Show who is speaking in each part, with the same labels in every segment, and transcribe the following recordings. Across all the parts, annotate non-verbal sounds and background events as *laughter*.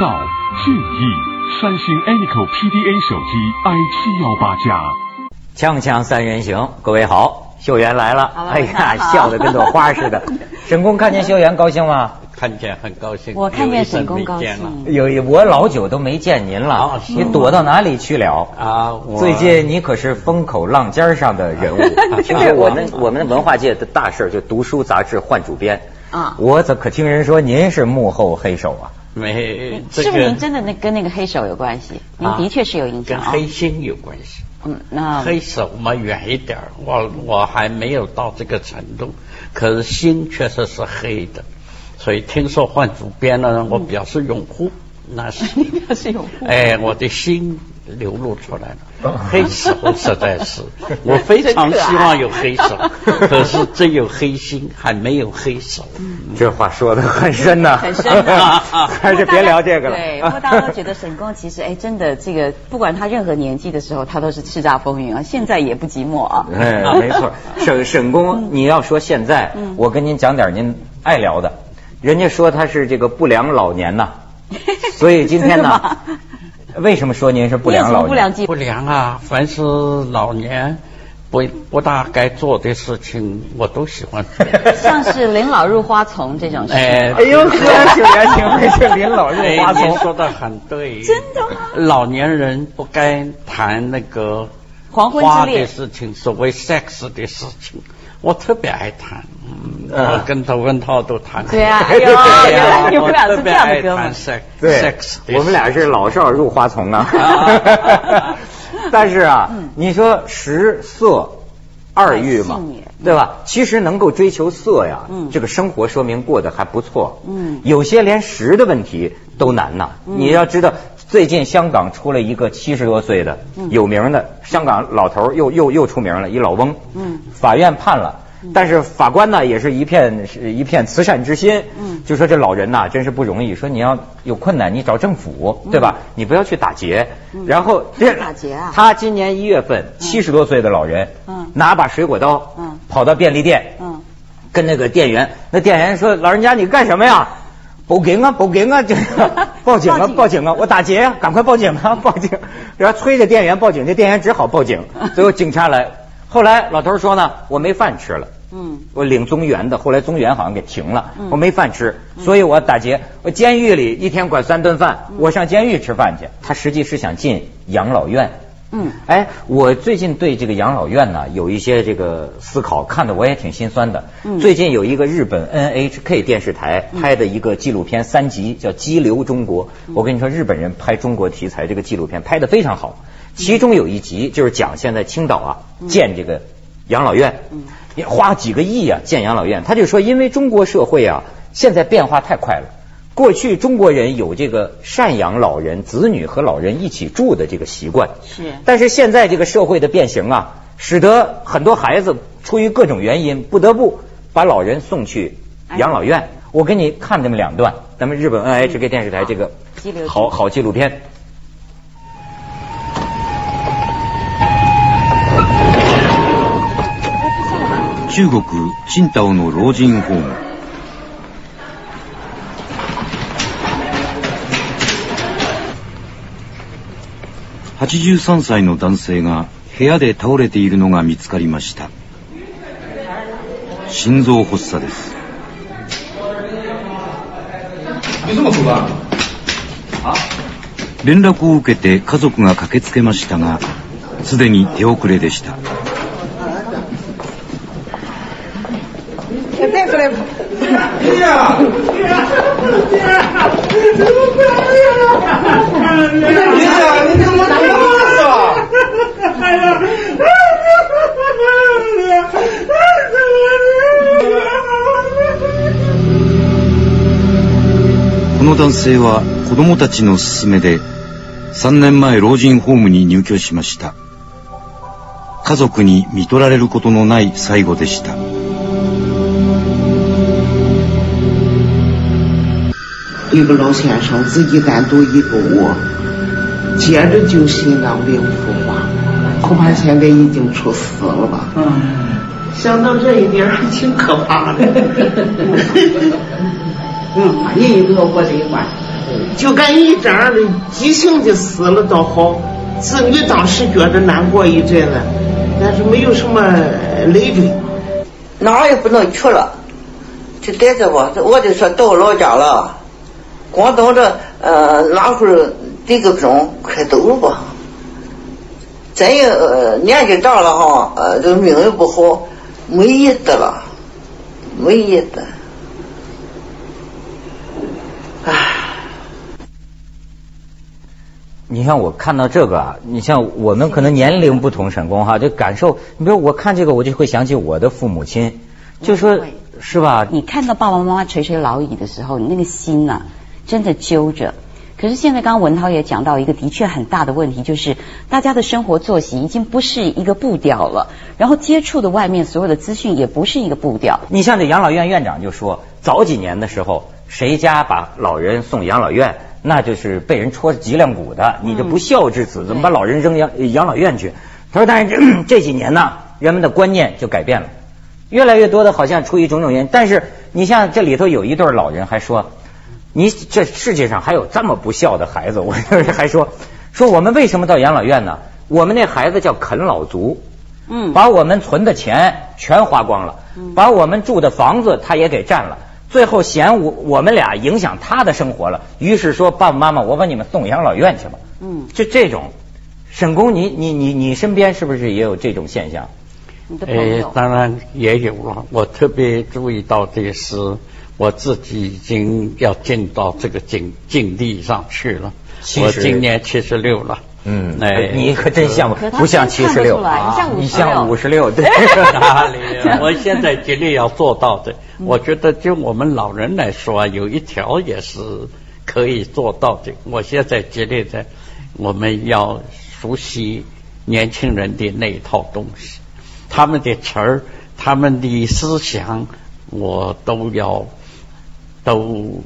Speaker 1: 俊逸，三星 Anico PDA 手机 i 七幺八加。
Speaker 2: 锵锵三人行，各位好，秀媛来了，
Speaker 3: 好了
Speaker 2: 哎
Speaker 3: 大
Speaker 2: 呀
Speaker 3: 家，好
Speaker 2: 笑得跟朵花似 *laughs* 的。沈工看见秀媛高兴吗？
Speaker 4: 看见很高兴，
Speaker 3: 我看见沈工高
Speaker 4: 有一阵没见
Speaker 3: 兴，
Speaker 2: 有我老久都没见您了
Speaker 4: 哦，是
Speaker 2: 你
Speaker 4: 吗
Speaker 2: 躲到哪里去了？
Speaker 4: 了啊！我
Speaker 2: 最近你可是风口浪尖上的 *laughs* 人物，听说我们我们文化界的大事儿就读书杂志换主编
Speaker 3: 啊
Speaker 2: 我怎可听人说您是幕后黑手啊？
Speaker 4: 没这
Speaker 3: 是
Speaker 4: 个
Speaker 3: 不是您真的那跟那个黑手有关系？您
Speaker 4: 啊
Speaker 3: 的确是有影响
Speaker 4: 跟
Speaker 3: 啊。
Speaker 4: 黑心有关系。
Speaker 3: 嗯，那 *laughs*
Speaker 4: 黑手嘛，远一点儿，我我还没有到这个程度，可是心确实是黑的，所以听说换主编了，
Speaker 3: 嗯
Speaker 4: 我表示拥护，那
Speaker 3: *laughs*
Speaker 4: 是
Speaker 3: 要是有不
Speaker 4: 哎，我的心流露出来了
Speaker 3: *laughs*
Speaker 2: 哦，
Speaker 4: 黑手实在是，我非常希望有黑手，可是真有黑心，还没有黑手。
Speaker 2: 这话说的很深啊呐，
Speaker 3: 很深
Speaker 2: *laughs*
Speaker 3: 的
Speaker 2: 哎还是别聊这个了。
Speaker 3: 对，不过大家都觉得沈工其实哎，真的这个不管他任何年纪的时候，他都是叱咤风云啊，现在也不寂寞啊。
Speaker 2: 哎，没
Speaker 3: *laughs*
Speaker 2: 错，沈沈工，你要说现在，我跟您讲点您爱聊的。人家说他是这个不良老年呐，所以今天
Speaker 3: *laughs*
Speaker 2: 呢，为什么说您是不
Speaker 3: 你有
Speaker 2: 良
Speaker 3: 什
Speaker 2: 老年？
Speaker 3: 么不良记
Speaker 4: 不良啊，凡是老年不不大该做的事情，我都
Speaker 2: *laughs*
Speaker 4: 喜欢做。
Speaker 3: 像是临老入花丛这种事。
Speaker 4: 哎
Speaker 2: 哎呦，呵，挺原挺会是 *laughs* 林老入花
Speaker 4: 哎您
Speaker 2: 丛。
Speaker 4: 说的很对。真的吗？老年人不该谈那个
Speaker 3: 黄昏
Speaker 4: 花
Speaker 3: 之恋
Speaker 4: 的事情，所谓 sex 的事情，我特别爱谈。嗯，
Speaker 2: 嗯
Speaker 4: 我跟窦文涛都谈。
Speaker 3: 对
Speaker 4: *laughs*
Speaker 3: 啊，哎
Speaker 2: 对
Speaker 3: 呦，
Speaker 2: 呀
Speaker 3: 原来你们俩
Speaker 4: 我
Speaker 3: 是
Speaker 4: 特
Speaker 3: 这
Speaker 4: 别
Speaker 3: 样的
Speaker 4: 爱
Speaker 3: 哥们
Speaker 4: 谈
Speaker 3: 儿。
Speaker 4: sex，
Speaker 2: 对
Speaker 4: sex，，
Speaker 2: 我们俩是老少入花丛啊
Speaker 4: 啊。
Speaker 2: *laughs* 但是啊，
Speaker 3: 嗯
Speaker 2: 你说食色二欲嘛
Speaker 3: 哎性也，
Speaker 2: 对吧？其实能够追求色呀
Speaker 3: 嗯，
Speaker 2: 这个生活说明过得还不错。
Speaker 3: 嗯
Speaker 2: 有些连食的问题都难呐。你要知道，最近香港出了一个七十多岁的
Speaker 3: 嗯
Speaker 2: 有名的香港老头儿，又又又出名了，一老翁。
Speaker 3: 嗯
Speaker 2: 法院判了。但是法官呢，也是一片是一片慈善之心，
Speaker 3: 嗯
Speaker 2: 就说这老人呐、真是不容易。说你要有困难，你找政
Speaker 3: 嗯
Speaker 2: 府，对吧？你不要去打劫。然后
Speaker 3: 他嗯打劫啊
Speaker 2: 他今年一月份，七十多岁的老人，
Speaker 3: 嗯
Speaker 2: 拿把水果刀，
Speaker 3: 嗯
Speaker 2: 跑到便利店，
Speaker 3: 嗯，
Speaker 2: 跟那个店员，那店员说：“老人家，你干什么呀？”报警啊！报警啊！这
Speaker 3: *laughs*
Speaker 2: 个报警啊！报警啊！我打劫呀、赶快报警啊！报警！然后催着店员报警，这店员只好报
Speaker 3: *laughs*
Speaker 2: 警。最后警察来，后来老头说呢：“我没饭吃了。”
Speaker 3: 嗯，
Speaker 2: 我领中原的，后来中原好像给停了，
Speaker 3: 嗯嗯
Speaker 2: 我没饭吃，所以我打劫。我监狱里一天管三顿饭，我上监狱吃饭去。他实际是想进养老院。
Speaker 3: 嗯，
Speaker 2: 哎，我最近对这个养老院呢有一些这个思考，看得我也挺心酸的。
Speaker 3: 嗯
Speaker 2: 最近有一个日本 NHK 电视台拍的一个纪录片三集，叫《激流中国》。
Speaker 3: 嗯
Speaker 2: 我跟你说，日本人拍中国题材这个纪录片拍得非常好。其中有一集就是讲现在青岛啊建这个养老院
Speaker 3: 嗯，
Speaker 2: 也花几个亿啊建养老院。他就说，因为中国社会啊现在变化太快了。过去中国人有这个赡养老人、子女和老人一起住的这个习惯，
Speaker 3: 是
Speaker 2: 但是现在这个社会的变形啊，使得很多孩子出于各种原因，不得不把老人送去养老院。我给你看这么两段，咱们日本 NHK 电视台这个
Speaker 3: 激流
Speaker 2: 好好纪录片。
Speaker 5: 中国青岛の老人ホーム83歳の男性が部屋で倒れているのが見つかりました心臓発作です連絡を受けて家族が駆けつけましたがすでに手遅れでしたこの男性は子供たちの勧めで3年前老人ホームに入居しました家族に見とられることのない最後でした
Speaker 6: 一个老先生自己单独一个窝，接着就心脏病复发，恐怕现在已经出死了吧。嗯，想到这一点儿还挺可怕的。嗯，人一个我得管，就跟一这样的急性的死了倒好，子女当时觉得难过一阵子，但是没有什么累赘。
Speaker 7: 哪儿也不能去了，就待着吧。我就说到老家了，光等着呃哪会儿这个钟快走了吧。咱也、呃、年纪大了哈，呃，这命也不好，没意思了，没意思。唉，
Speaker 2: 你像我看到这个啊，你像我们可能年龄不同，沈工哈，就感受。你比如我看这个，我就会想起我的父母亲，就说
Speaker 3: 会
Speaker 2: 是吧？
Speaker 3: 你看到爸爸妈妈垂垂老矣的时候，你那个心呐、真的揪着。可是现在，刚刚文涛也讲到一个的确很大的问题，就是大家的生活作息已经不是一个步调了，然后接触的外面所有的资讯也不是一个步调。
Speaker 2: 你像这养老院院长就说，早几年的时候，谁家把老人送养老院，那就是被人戳脊梁骨的，你这不孝之子，怎么把老人扔养养老院去？他说，但是这这几年呢，人们的观念就改变了，越来越多的好像出于种种原因，但是你像这里头有一对老人还说，你这世界上还有这么不孝的孩子，我 *laughs* 还说说我们为什么到养老院呢？我们那孩子叫啃老族。
Speaker 3: 嗯，
Speaker 2: 把我们存的钱全花光了，把我们住的房子他也给占了，最后嫌我我们俩影响他的生活了，于是说爸爸妈妈，我把你们送养老院去吧。
Speaker 3: 嗯，
Speaker 2: 就这种，沈工，你你你你身边是不是也有这种现象？
Speaker 3: 你的朋
Speaker 4: 呃
Speaker 3: 友，，
Speaker 4: 当然也有了。我特别注意到的是，我自己已经要进到这个境境地上去了。
Speaker 2: 70
Speaker 4: 我今年七十六了。
Speaker 2: 嗯
Speaker 4: 哎，。
Speaker 2: 你可真像
Speaker 3: 可他
Speaker 2: 不像
Speaker 3: 真
Speaker 2: 七
Speaker 3: 看
Speaker 2: 十
Speaker 3: 得
Speaker 2: 六啊
Speaker 3: 出来你像，56
Speaker 2: 你像五十六，
Speaker 3: *laughs*
Speaker 2: 对
Speaker 4: 哪里
Speaker 2: *laughs*
Speaker 4: 啊？我现在尽力要做到的。我觉得就我们老人来说啊，有一条也是可以做到的。我现在尽力在，我们要熟悉年轻人的那一套东西，他们的词儿，他们的思想，我都要都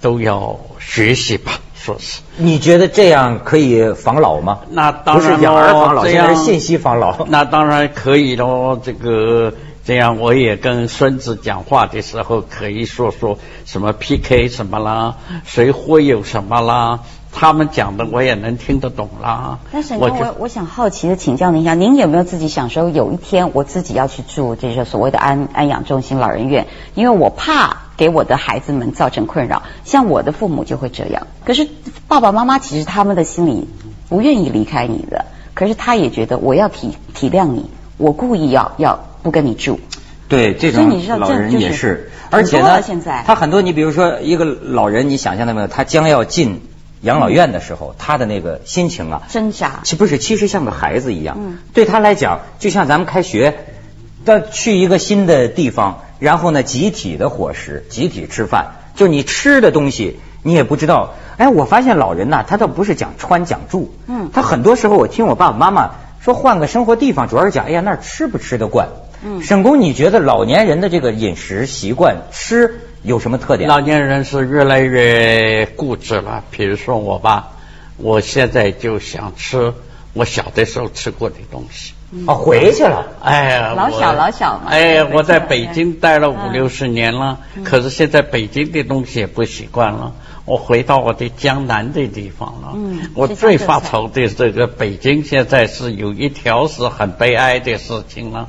Speaker 4: 都要学习吧，说是。
Speaker 2: 你觉得这样可以防老吗？
Speaker 4: 那当然
Speaker 2: 不是养儿防老，
Speaker 4: 这
Speaker 2: 现在
Speaker 4: 样
Speaker 2: 是信息防老。
Speaker 4: 那当然可以喽。这个这样，我也跟孙子讲话的时候，可以说说什么 PK 什么啦，谁忽悠什么啦，他们讲的我也能听得懂啦。
Speaker 3: 那沈
Speaker 4: 我
Speaker 3: 哥，
Speaker 4: 觉
Speaker 3: 我我想好奇的请教您一下，您有没有自己想说有一天我自己要去住这就是所谓的安安养中心、老人院？因为我怕给我的孩子们造成困扰，像我的父母就会这样。可是爸爸妈妈其实他们的心里不愿意离开你的，可是他也觉得我要体体谅你，我故意要要不跟你住。
Speaker 2: 对，这
Speaker 3: 所以你
Speaker 2: 种
Speaker 3: 知道
Speaker 2: 老
Speaker 3: 这
Speaker 2: 人
Speaker 3: 就
Speaker 2: 也
Speaker 3: 是
Speaker 2: 是，
Speaker 3: 很
Speaker 2: 而且
Speaker 3: 多
Speaker 2: 呢，
Speaker 3: 了现在
Speaker 2: 他很多，你比如说一个老人，你想象到没有？他将要进养老院的时候，他的那个心情啊，
Speaker 3: 挣扎
Speaker 2: 其不是，其实像个孩子一样。
Speaker 3: 嗯
Speaker 2: 对他来讲，就像咱们开学，到去一个新的地方，然后呢，集体的伙食，集体吃饭，就你吃的东西，你也不知道。哎，我发现老人呐、他倒不是讲穿讲住，
Speaker 3: 嗯
Speaker 2: 他很多时候我听我爸爸妈妈说换个生活地方，主要是讲，哎呀，那儿吃不吃得惯。
Speaker 3: 嗯
Speaker 2: 沈工，你觉得老年人的这个饮食习惯吃有什么特点？
Speaker 4: 老年人是越来越固执了。比如说我吧，我现在就想吃我小的时候吃过的东西。
Speaker 2: 啊，回去了。
Speaker 4: 哎呀，
Speaker 3: 老
Speaker 4: 我
Speaker 3: 小老小嘛
Speaker 4: 哎呀，
Speaker 3: 回去
Speaker 4: 我在
Speaker 3: 了
Speaker 4: 北
Speaker 3: 哎
Speaker 4: 京待了五
Speaker 3: 嗯
Speaker 4: 六十年了，可是现在北京的东西也不习惯了。我回到我的江南的地方了。
Speaker 3: 嗯
Speaker 4: 我
Speaker 3: 吃江
Speaker 4: 最
Speaker 3: 浙
Speaker 4: 发
Speaker 3: 菜
Speaker 4: 愁的这个北京现在是有一条是很悲哀的事情了。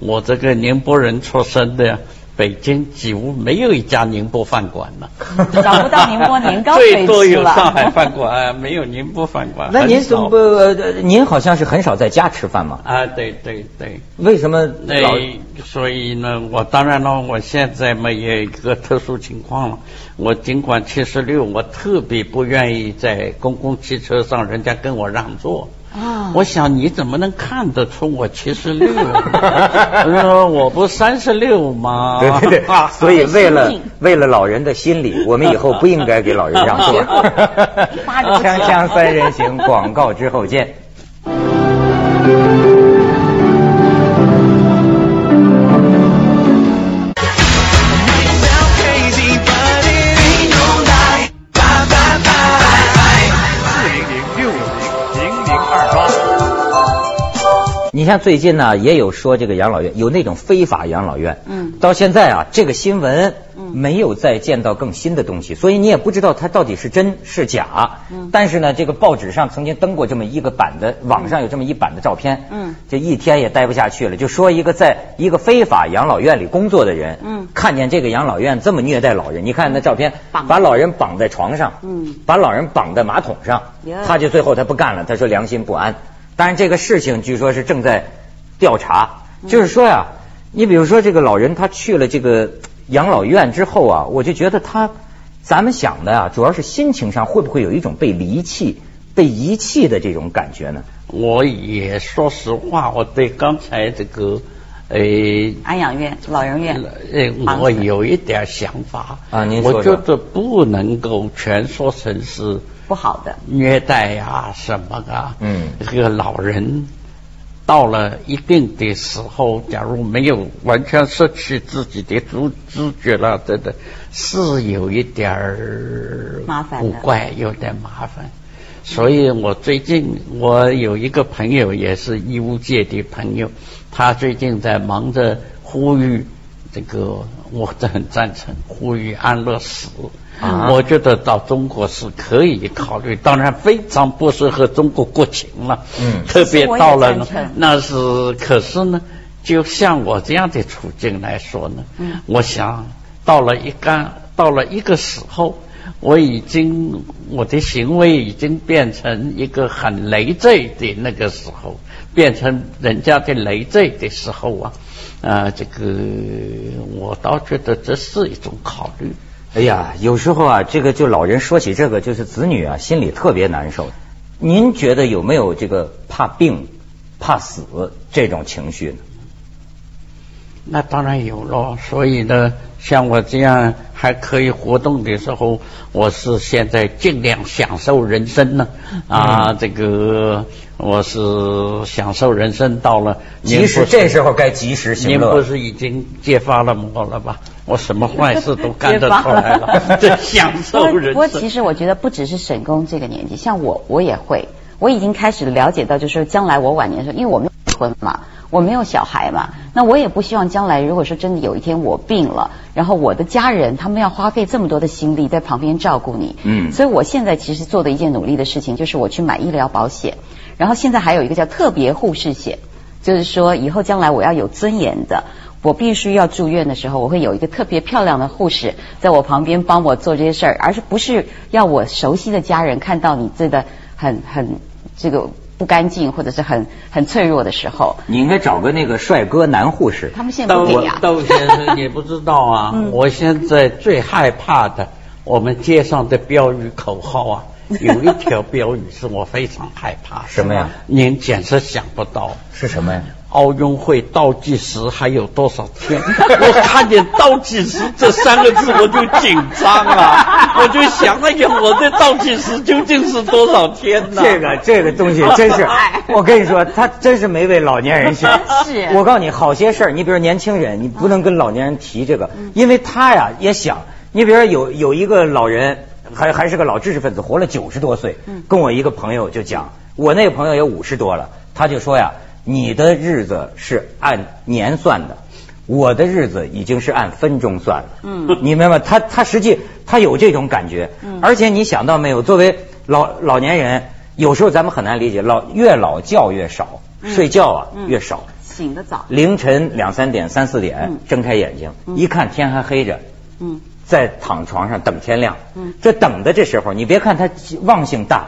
Speaker 4: 我这个宁波人出身的，北京几乎没有一家宁波饭馆了，
Speaker 3: 找不到宁波年
Speaker 4: *laughs*
Speaker 3: 糕可以吃
Speaker 4: 最多有
Speaker 3: 了
Speaker 4: 上海饭馆，没有宁波饭馆。
Speaker 2: 那您
Speaker 4: 很
Speaker 2: 怎
Speaker 4: 少
Speaker 2: 么不？呃您好像是很少在家吃饭吗？
Speaker 4: 啊？对对对。
Speaker 2: 为什么老？
Speaker 4: 那所以呢，我当然了，我现在嘛也有一个特殊情况了。我尽管七十六，我特别不愿意在公共汽车上人家跟我让座。
Speaker 3: 啊。
Speaker 4: 我想你怎么能看得出我七十六？我说我不三十六吗？
Speaker 2: 对对对，所以为了为了老人的心 *laughs* 理，我们以后不应该给老人让座
Speaker 3: 扒着不吃
Speaker 2: 锵锵三人行，广告之后见。你像最近呢，也有说这个养老院有那种非法养老院，
Speaker 3: 嗯
Speaker 2: 到现在啊，这个新闻
Speaker 3: 嗯
Speaker 2: 没有再见到更新的东西，所以你也不知道它到底是真是假。
Speaker 8: 嗯
Speaker 2: 但是呢，这个报纸上曾经登过这么一个版的，网上有这么一版的照片。
Speaker 8: 嗯
Speaker 2: 这一天也待不下去了，就说一个在一个非法养老院里工作的人，
Speaker 8: 嗯
Speaker 2: 看见这个养老院这么虐待老人，你看那照片，
Speaker 8: 绑
Speaker 2: 把老人绑在床上，
Speaker 8: 嗯
Speaker 2: 把老人绑在马桶上
Speaker 8: 呀，
Speaker 2: 他就最后他不干了，他说良心不安。当然这个事情据说是正在调查，就是说呀、你比如说这个老人他去了这个养老院之后啊，我就觉得他，咱们想的啊，主要是心情上会不会有一种被离弃、被遗弃的这种感觉呢？
Speaker 4: *laughs* 我也说实话，我对刚才这个，呃，
Speaker 3: 安养院、老人院，
Speaker 4: 呃，我有一点想法
Speaker 2: 啊您说
Speaker 4: 我觉
Speaker 2: 说
Speaker 4: 得不能够全说成是
Speaker 3: 不好的
Speaker 4: 虐待呀、什么啊，
Speaker 2: 嗯
Speaker 4: 这个老人到了一定的时候，假如没有完全失去自己的主知觉了，真的是有一点儿
Speaker 3: 麻烦
Speaker 4: 古
Speaker 3: 的
Speaker 4: 怪，有点麻烦。所以我最近我有一个朋友，也是医务界的朋友，他最近在忙着呼吁这个，我很赞成呼吁安乐死。
Speaker 2: 啊
Speaker 4: 我觉得到中国是可以考虑，当然非常不适合中国国情了。
Speaker 2: 嗯
Speaker 4: 特别到了呢
Speaker 3: 其实我也赞成
Speaker 4: 那是，可是呢，就像我这样的处境来说呢，
Speaker 3: 嗯
Speaker 4: 我想到了一干到了一个时候，我已经我的行为已经变成一个很累赘的那个时候，变成人家的累赘的时候啊，啊，这个我倒觉得这是一种考虑。
Speaker 2: 哎呀，有时候啊，这个就老人说起这个，就是子女啊，心里特别难受。您觉得有没有这个怕病、怕死这种情绪呢？
Speaker 4: 那当然有了，所以呢，像我这样还可以活动的时候，我是现在尽量享受人生呢。
Speaker 3: 嗯
Speaker 4: 啊，这个我是享受人生到了。您
Speaker 2: 及
Speaker 4: 不
Speaker 2: 时
Speaker 4: 是
Speaker 2: 这时候该及时行
Speaker 4: 您不
Speaker 2: 乐。
Speaker 4: 是已经揭发了我了吧？我什么坏事都干
Speaker 3: 别
Speaker 4: 得
Speaker 3: 发
Speaker 4: 出
Speaker 3: *laughs*
Speaker 4: 来了，这享受
Speaker 3: 不过
Speaker 4: 人
Speaker 3: 不过
Speaker 4: 生
Speaker 3: 其。实我觉得不只是沈工这个年纪，像我我也会，我已经开始了解到，就是说将来我晚年的时候，因为我没有结婚嘛，我没有小孩嘛，那我也不希望将来如果说真的有一天我病了，然后我的家人他们要花费这么多的心力在旁边照顾你，
Speaker 2: 嗯
Speaker 3: 所以我现在其实做的一件努力的事情就是我去买医疗保险，然后现在还有一个叫特别护士险。就是说以后将来我要有尊严的，我必须要住院的时候，我会有一个特别漂亮的护士在我旁边帮我做这些事儿，而是不是要我熟悉的家人看到你这个很很这个不干净或者是很很脆弱的时候，
Speaker 2: 你应该找个那个帅哥男护士。
Speaker 3: 他们现在
Speaker 4: 窦
Speaker 3: 不给 *laughs* 啊。，
Speaker 4: 窦先生，你不知道啊
Speaker 3: 嗯
Speaker 4: 我现在最害怕的，我们街上的标语口号啊，有一条标语是我非常害怕的，
Speaker 2: 什么呀
Speaker 4: 您简直想不到。
Speaker 2: 是什么呀？
Speaker 4: 奥运会倒计时还有多少天？ *laughs* 我看见“倒计时”这三个字我就紧张了，我就想，哎呀，我的倒计时究竟是多少天呢？
Speaker 2: 这个这个东西真是，我跟你说，他真是没为老年人想。
Speaker 3: 是
Speaker 2: 我告诉你，好些事儿，你比如年轻人，你不能跟老年人提这个，
Speaker 3: 嗯
Speaker 2: 因为他呀也想。你比如说有有一个老人，还还是个老知识分子，活了九十多岁，
Speaker 3: 嗯
Speaker 2: 跟我一个朋友就讲，我那个朋友也五十多了，他就说呀，你的日子是按年算的。我的日子已经是按分钟算了，
Speaker 3: 嗯
Speaker 2: *laughs* 你明白吗？他他实际他有这种感觉，
Speaker 3: 嗯
Speaker 2: 而且你想到没有，作为老老年人，有时候咱们很难理解，老越老觉越少，
Speaker 3: 嗯
Speaker 2: 睡觉啊、
Speaker 3: 嗯
Speaker 2: 越少，
Speaker 3: 醒得早，
Speaker 2: 凌晨两三点、三四点、
Speaker 3: 嗯
Speaker 2: 睁开眼睛，
Speaker 3: 嗯
Speaker 2: 一看天还黑着，
Speaker 3: 嗯，
Speaker 2: 在躺床上等天亮。
Speaker 3: 嗯
Speaker 2: 这等的这时候，你别看他忘性大，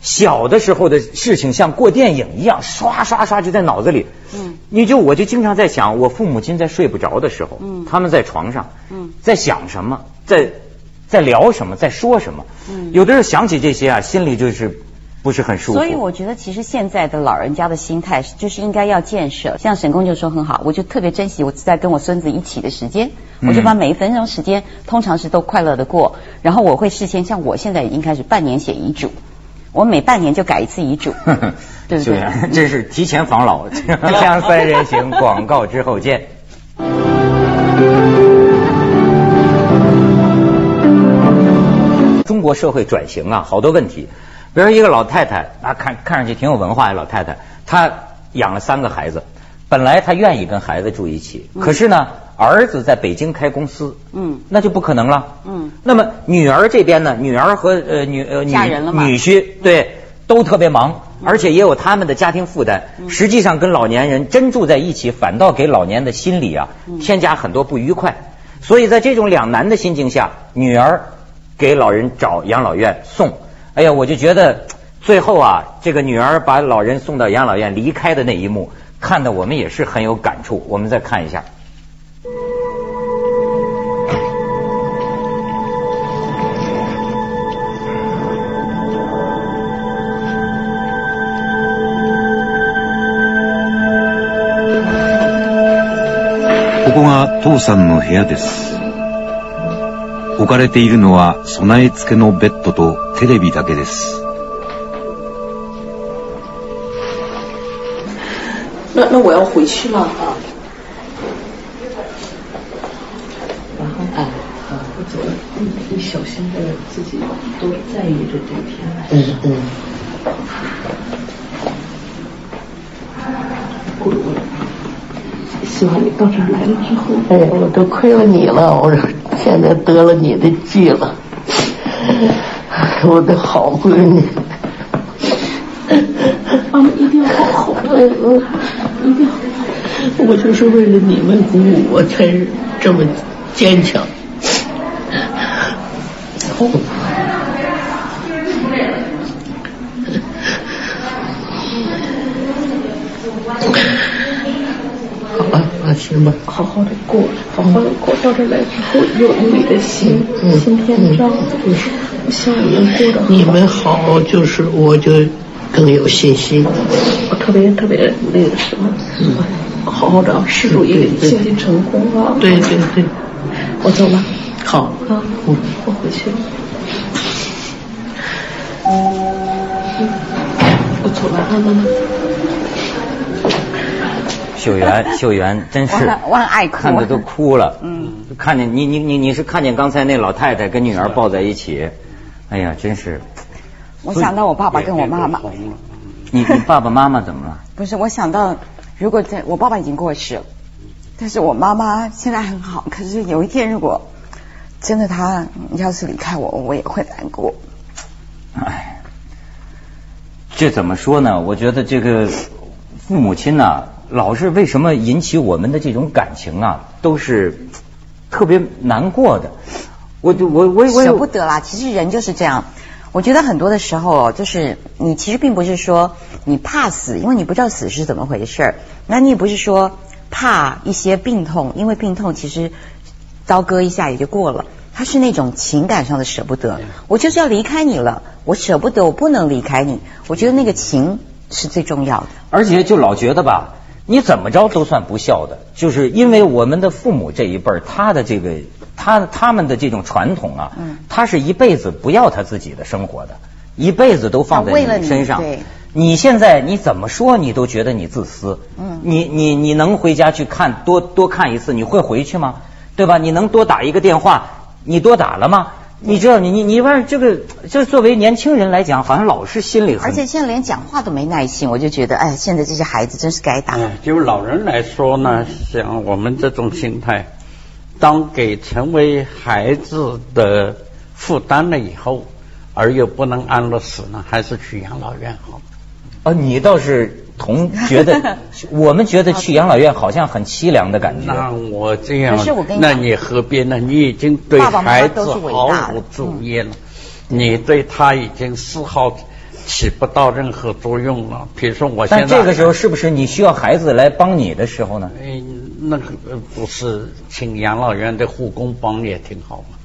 Speaker 2: 小的时候的事情像过电影一样，刷刷刷就在脑子里。
Speaker 3: 嗯，
Speaker 2: 你就我就经常在想，我父母亲在睡不着的时候，
Speaker 3: 嗯
Speaker 2: 他们在床上，
Speaker 3: 嗯
Speaker 2: 在想什么，在在聊什么，在说什么。
Speaker 3: 嗯
Speaker 2: 有的时候想起这些啊，心里就是不是很舒服。
Speaker 3: 所以我觉得，其实现在的老人家的心态是就是应该要建设。像沈工就说很好，我就特别珍惜我在跟我孙子一起的时间，
Speaker 2: 嗯，
Speaker 3: 我就把每一分钟时间通常是都快乐的过。然后我会事先，像我现在已经开始半年写遗嘱，我每半年就改一次遗嘱
Speaker 2: *laughs*
Speaker 3: 对不
Speaker 2: 就
Speaker 3: 对？
Speaker 2: 是真是提前防老。
Speaker 3: *laughs*
Speaker 2: 锵三人行，广告之后见。中国社会转型啊，好多问题。比如说一个老太太啊，看看上去挺有文化的老太太，她养了三个孩子，本来她愿意跟孩子住一起，可是呢，儿子在北京开公司，
Speaker 3: 嗯
Speaker 2: 那就不可能了。
Speaker 3: 嗯
Speaker 2: 那么女儿这边呢，女儿和呃女呃女
Speaker 3: 嫁人了嘛嗯
Speaker 2: 女婿对都特别忙，而且也有他们的家庭负担。实际上跟老年人真住在一起，反倒给老年的心理啊
Speaker 3: 嗯
Speaker 2: 添加很多不愉快。所以在这种两难的心境下，女儿给老人找养老院送。哎呀，我就觉得最后啊，这个女儿把老人送到养老院离开的那一幕，看得我们也是很有感触。我们再看一下。
Speaker 5: ここが父さんの部屋です。置かれているのは備え付けのベッドとテレビだけです。
Speaker 8: 那那我要回去了啊。然后啊，我走了，你你小心的自己都在意着这一天。
Speaker 6: 嗯嗯，
Speaker 8: 我喜欢你到这儿来了之后，
Speaker 6: 哎呀，我都亏了你了，我现在得了你的计了，我的好闺女。
Speaker 8: 妈妈一定要好好的，一定要。
Speaker 6: 我就是为了你们鼓舞，我才这么坚强。好了，放心吧。
Speaker 8: 好好的过，好好的过，到这儿来之后有有你的心，心篇章，我希望你能过得好。
Speaker 6: 你们好，就是我就更有信心。
Speaker 8: 我特别特别那个什么，好好的事主也学习成功啊。
Speaker 6: 对对对，
Speaker 8: 我走了
Speaker 6: 好。
Speaker 8: 啊，我回去了。我走了啊，妈妈。
Speaker 2: 秀媛，秀媛，真是
Speaker 3: 我很我很爱哭啊
Speaker 2: 看着都哭了。
Speaker 3: 嗯，
Speaker 2: 看见你你你你是看见刚才那老太太跟女儿抱在一起，哎呀，真是。
Speaker 3: 我想到我爸爸跟我妈妈，
Speaker 2: 你你爸爸妈妈怎么了？ *laughs*
Speaker 3: 不是我想到，如果在我爸爸已经过世了，但是我妈妈现在很好，可是有一天如果真的她要是离开我，我也会难过。
Speaker 2: 哎，这怎么说呢？我觉得这个父母亲呐、老是为什么引起我们的这种感情啊，都是特别难过的。我就我我我
Speaker 3: 舍不得啦。其实人就是这样。我觉得很多的时候哦，就是你其实并不是说你怕死，因为你不知道死是怎么回事儿。那你也不是说怕一些病痛，因为病痛其实刀割一下也就过了。他是那种情感上的舍不得，我就是要离开你了，我舍不得，我不能离开你。我觉得那个情是最重要的。
Speaker 2: 而且就老觉得吧，你怎么着都算不孝的，就是因为我们的父母这一辈儿，他的这个他他们的这种传统啊，
Speaker 3: 嗯
Speaker 2: 他是一辈子不要他自己的生活的，一辈子都放在
Speaker 3: 啊为了你
Speaker 2: 身上。
Speaker 3: 对
Speaker 2: 你现在你怎么说你都觉得你自私，
Speaker 3: 嗯
Speaker 2: 你你你能回家去看多多看一次，你会回去吗？对吧？你能多打一个电话，你多打了吗？你知道你你你反正这个，这作为年轻人来讲，好像老是心里很
Speaker 3: 而且现在连讲话都没耐心，我就觉得，哎，现在这些孩子真是该打。
Speaker 4: 嗯，就老人来说呢，像我们这种心态，当给成为孩子的负担了以后，而又不能安乐死呢，还是去养老院好。
Speaker 2: 啊，你倒是同觉
Speaker 3: *laughs*
Speaker 2: 得，我们觉得去养老院好像很凄凉的感
Speaker 4: 那
Speaker 2: 觉。
Speaker 4: 我这样
Speaker 3: 可是我跟，你
Speaker 4: 那
Speaker 3: 讲
Speaker 4: 你何必呢？你已经对
Speaker 3: 爸爸妈妈
Speaker 4: 孩子
Speaker 3: 都是伟
Speaker 4: 毫
Speaker 3: 大的
Speaker 4: 无主意了，你对他已经丝毫起不到任何作用了。比如说，我现在
Speaker 2: 但这个时候是不是你需要孩子来帮你的时候呢？
Speaker 4: 哎，那个呃不是请养老院的护工帮也挺好嘛。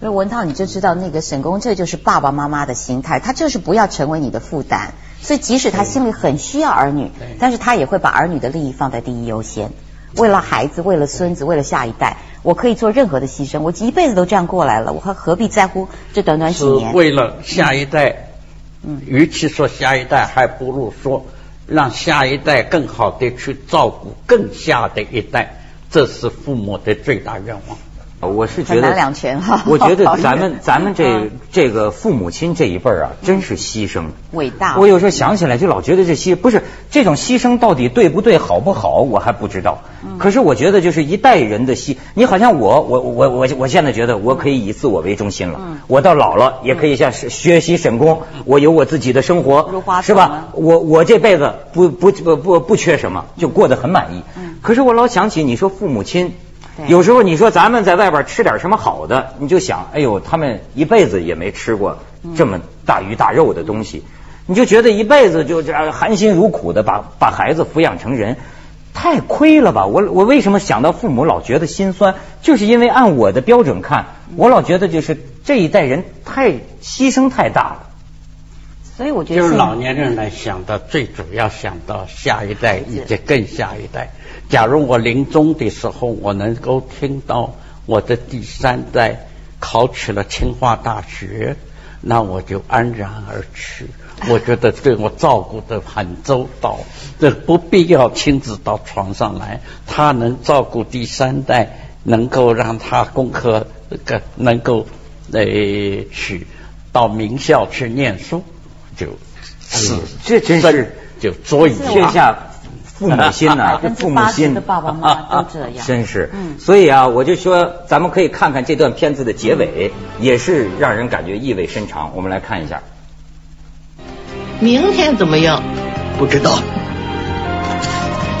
Speaker 3: 那文涛你就知道那个沈公，这就是爸爸妈妈的心态，他就是不要成为你的负担，所以即使他心里很需要儿女
Speaker 4: 对，
Speaker 3: 但是他也会把儿女的利益放在第一优先。为了孩子，为了孙子，为了下一代，我可以做任何的牺牲。我一辈子都这样过来了，我还何必在乎这短短几
Speaker 4: 是
Speaker 3: 年？
Speaker 4: 为了下一代，
Speaker 3: 嗯
Speaker 4: 与其说下一代，还不如说让下一代更好的去照顾更下的一代，这是父母的最大愿望。
Speaker 2: 我是觉
Speaker 3: 很
Speaker 2: 得
Speaker 3: 难两全哈
Speaker 2: 我
Speaker 3: *laughs*
Speaker 2: 觉得咱们
Speaker 3: 好
Speaker 2: 咱们这
Speaker 3: 嗯
Speaker 2: 这个父母亲这一辈儿啊，真是牺牲
Speaker 3: 伟大
Speaker 2: 我有时候想起来就老觉得这牺不是这种牺牲到底对不对好不好，我还不知道。
Speaker 3: 嗯
Speaker 2: 可是我觉得就是一代人的牺，你好像我我我我我现在觉得我可以以自我为中心了，
Speaker 3: 嗯
Speaker 2: 我到老了也可以像是学习沈工，我有我自己的生活，
Speaker 3: 如花
Speaker 2: 是
Speaker 3: 似
Speaker 2: 吧
Speaker 3: 梦？
Speaker 2: 我我这辈子不不不不不缺什么，就过得很满意。
Speaker 3: 嗯
Speaker 2: 可是我老想起你说父母亲
Speaker 3: 对。
Speaker 2: 有时候你说咱们在外边吃点什么好的，你就想，哎呦，他们一辈子也没吃过
Speaker 3: 嗯
Speaker 2: 这么大鱼大肉的东西，你就觉得一辈子就这样含辛茹苦的把把孩子抚养成人，太亏了吧？我我为什么想到父母老觉得心酸，就是因为按我的标准看，我老觉得就是这一代人太牺牲太大了。
Speaker 3: 所以我觉得
Speaker 4: 就是
Speaker 3: 现
Speaker 4: 老年人来想的，最主要想到下一代以及更下一代。假如我临终的时候，我能够听到我的第三代考取了清华大学，那我就安然而去。我觉得对我照顾的很周到，这不必要亲自到床上来，他能照顾第三代，能够让他功课这个能够呃去到名校去念书。就是
Speaker 2: 这哎嗯真是啊
Speaker 4: 就桌椅
Speaker 2: 天下父母心呐、
Speaker 3: *laughs* 百分
Speaker 2: 父
Speaker 3: 之
Speaker 2: 母
Speaker 3: 八十
Speaker 2: 心
Speaker 3: 的爸爸妈妈都这
Speaker 2: *laughs*
Speaker 3: 样，
Speaker 2: 真是。
Speaker 3: 嗯
Speaker 2: 所以啊，我就说咱们可以看看这段片子的结尾，也是让人感觉意味深长。我们来看一下。
Speaker 9: 明天怎么样？不知道。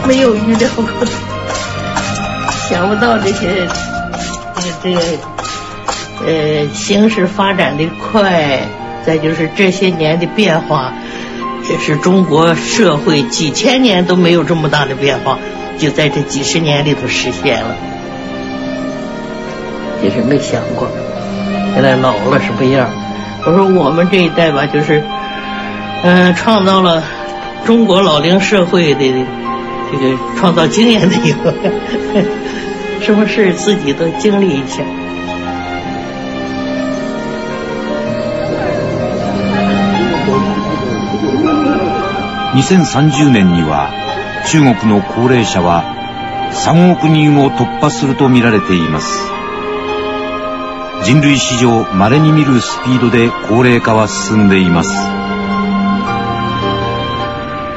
Speaker 8: 没有预料过
Speaker 9: *laughs*
Speaker 8: 的，想不到这些，呃这个
Speaker 9: 呃，形势发展的快，再就是这些年的变化，这是中国社会几千年都没有这么大的变化，就在这几十年里头实现了，也是没想过，现在老了什么样？我说我们这一代吧，就是，嗯、创造了中国老龄社会的这个创造经验的一个， *laughs* 什么事自己都经历一下。
Speaker 5: 2030年には中国の高齢者は3億人を突破すると見られています人類史上稀に見るスピードで高齢化は進んでいます